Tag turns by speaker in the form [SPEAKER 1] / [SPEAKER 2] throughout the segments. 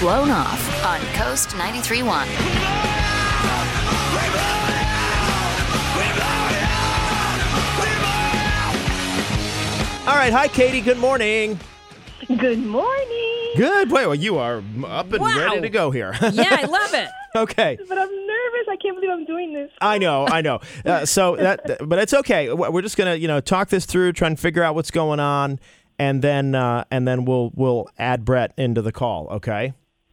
[SPEAKER 1] blown off on Coast 93.1.
[SPEAKER 2] All right. Hi, Katie. Good morning.
[SPEAKER 3] Good morning.
[SPEAKER 2] Good. Wait, well, you are up and
[SPEAKER 4] Wow.
[SPEAKER 2] ready to go here.
[SPEAKER 4] Yeah, I love it.
[SPEAKER 2] okay.
[SPEAKER 3] But I'm nervous. I can't believe I'm doing this.
[SPEAKER 2] I know, I know. Uh, so that, that- but it's okay. W- We're just gonna, you know, talk this through, try and figure out what's going on, and then, uh, and then we'll we'll add Brett into the call. Okay.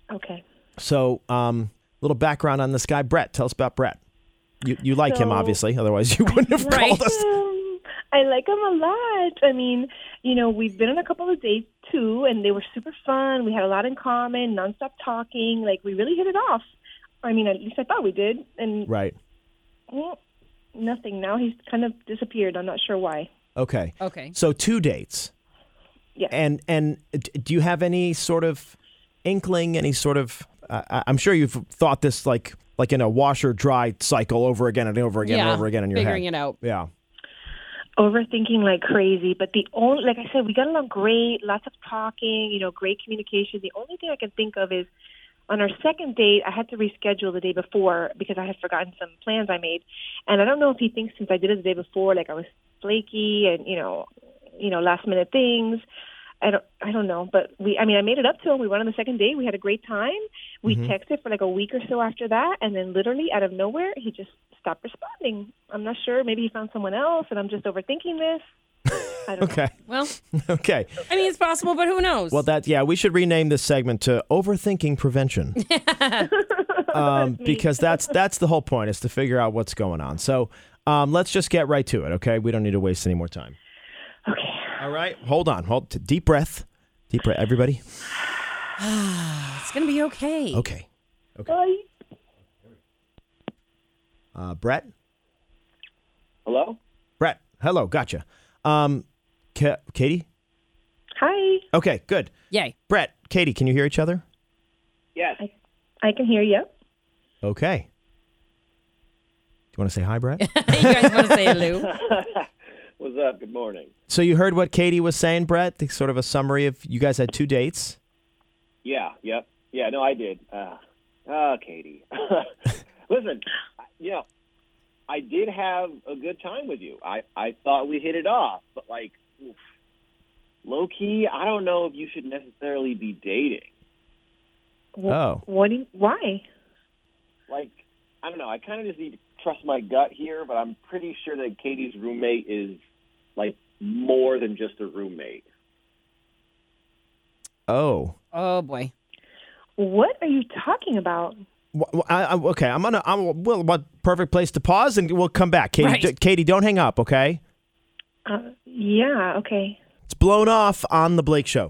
[SPEAKER 3] Okay.
[SPEAKER 2] So, um, little background on this guy, Brett. Tell us about Brett. You you like him,
[SPEAKER 3] So-
[SPEAKER 2] obviously. Otherwise, you wouldn't have
[SPEAKER 4] Right.
[SPEAKER 2] called us.
[SPEAKER 3] Um, I like them a lot. I mean, you know, we've been on a couple of dates too, and they were super fun. We had a lot in common, nonstop talking. Like, we really hit it off. I mean, at least I thought we did. And
[SPEAKER 2] Right.
[SPEAKER 3] well, nothing. Now he's kind of disappeared. I'm not sure why.
[SPEAKER 2] Okay.
[SPEAKER 4] Okay.
[SPEAKER 2] So two dates.
[SPEAKER 3] Yeah.
[SPEAKER 2] And and d- do you have any sort of inkling, any sort of? Uh, I- I'm sure you've thought this like like in a washer dry cycle over again and over again and
[SPEAKER 4] Yeah,
[SPEAKER 2] over again in your
[SPEAKER 4] figuring
[SPEAKER 2] head.
[SPEAKER 4] it out.
[SPEAKER 2] Yeah.
[SPEAKER 3] Overthinking like crazy. But the only, like I said, we got along great, lots of talking, you know, great communication. The only thing I can think of is on our second date, I had to reschedule the day before because I had forgotten some plans I made, and I don't know if he thinks since I did it the day before, like I was flaky and you know, you know, last minute things. I don't, I don't know, but we, I mean, I made it up to him. We went on the second date. We had a great time. We texted for like a week or so after that, and then literally out of nowhere, he just stopped responding. I'm not sure. Maybe he found someone else, and I'm just overthinking this. I don't
[SPEAKER 2] Okay.
[SPEAKER 4] Well,
[SPEAKER 2] Okay.
[SPEAKER 4] I mean, it's possible, but who knows?
[SPEAKER 2] Well, that yeah, we should rename this segment to overthinking prevention. um, because that's that's the whole point is to figure out what's going on. So um, let's just get right to it. Okay, we don't need to waste any more time.
[SPEAKER 3] know. Okay.
[SPEAKER 2] All right, hold on, hold deep breath, deep breath, everybody.
[SPEAKER 4] it's gonna be okay.
[SPEAKER 2] Okay,
[SPEAKER 3] Bye.
[SPEAKER 2] uh, Brett,
[SPEAKER 5] Hello?
[SPEAKER 2] Brett, hello, gotcha. Um, Ka- Katie,
[SPEAKER 3] Hi.
[SPEAKER 2] okay, good.
[SPEAKER 4] Yay.
[SPEAKER 2] Brett, Katie, can you hear each other?
[SPEAKER 5] Yes.
[SPEAKER 3] I can hear you.
[SPEAKER 2] Okay. Do you want to say hi, Brett?
[SPEAKER 4] you guys want to say hello?
[SPEAKER 5] What's up? Good morning.
[SPEAKER 2] so you heard what Katie was saying, Brett? The, sort of a summary of you guys had two dates.
[SPEAKER 5] Yeah, yep. Yeah, no, I did. Uh, oh, Katie. Listen, I- you know, I did have a good time with you. I, I thought we hit it off, but like, oof. low key, I don't know if you should necessarily be dating.
[SPEAKER 3] Wh-
[SPEAKER 2] Oh.
[SPEAKER 3] What do you, why?
[SPEAKER 5] Like, I don't know. I kind of just need to trust my gut here, but I'm pretty sure that Katie's roommate is like more than just a roommate.
[SPEAKER 2] Oh.
[SPEAKER 4] Oh boy.
[SPEAKER 3] What are you talking about?
[SPEAKER 2] Wh- wh- I, I, okay, I'm gonna. I'm, well, what perfect place to pause, and we'll come back. Katie,
[SPEAKER 4] Right.
[SPEAKER 2] d- Katie, don't hang up. Okay,
[SPEAKER 3] Uh, yeah, okay.
[SPEAKER 2] it's blown off on the Blake Show.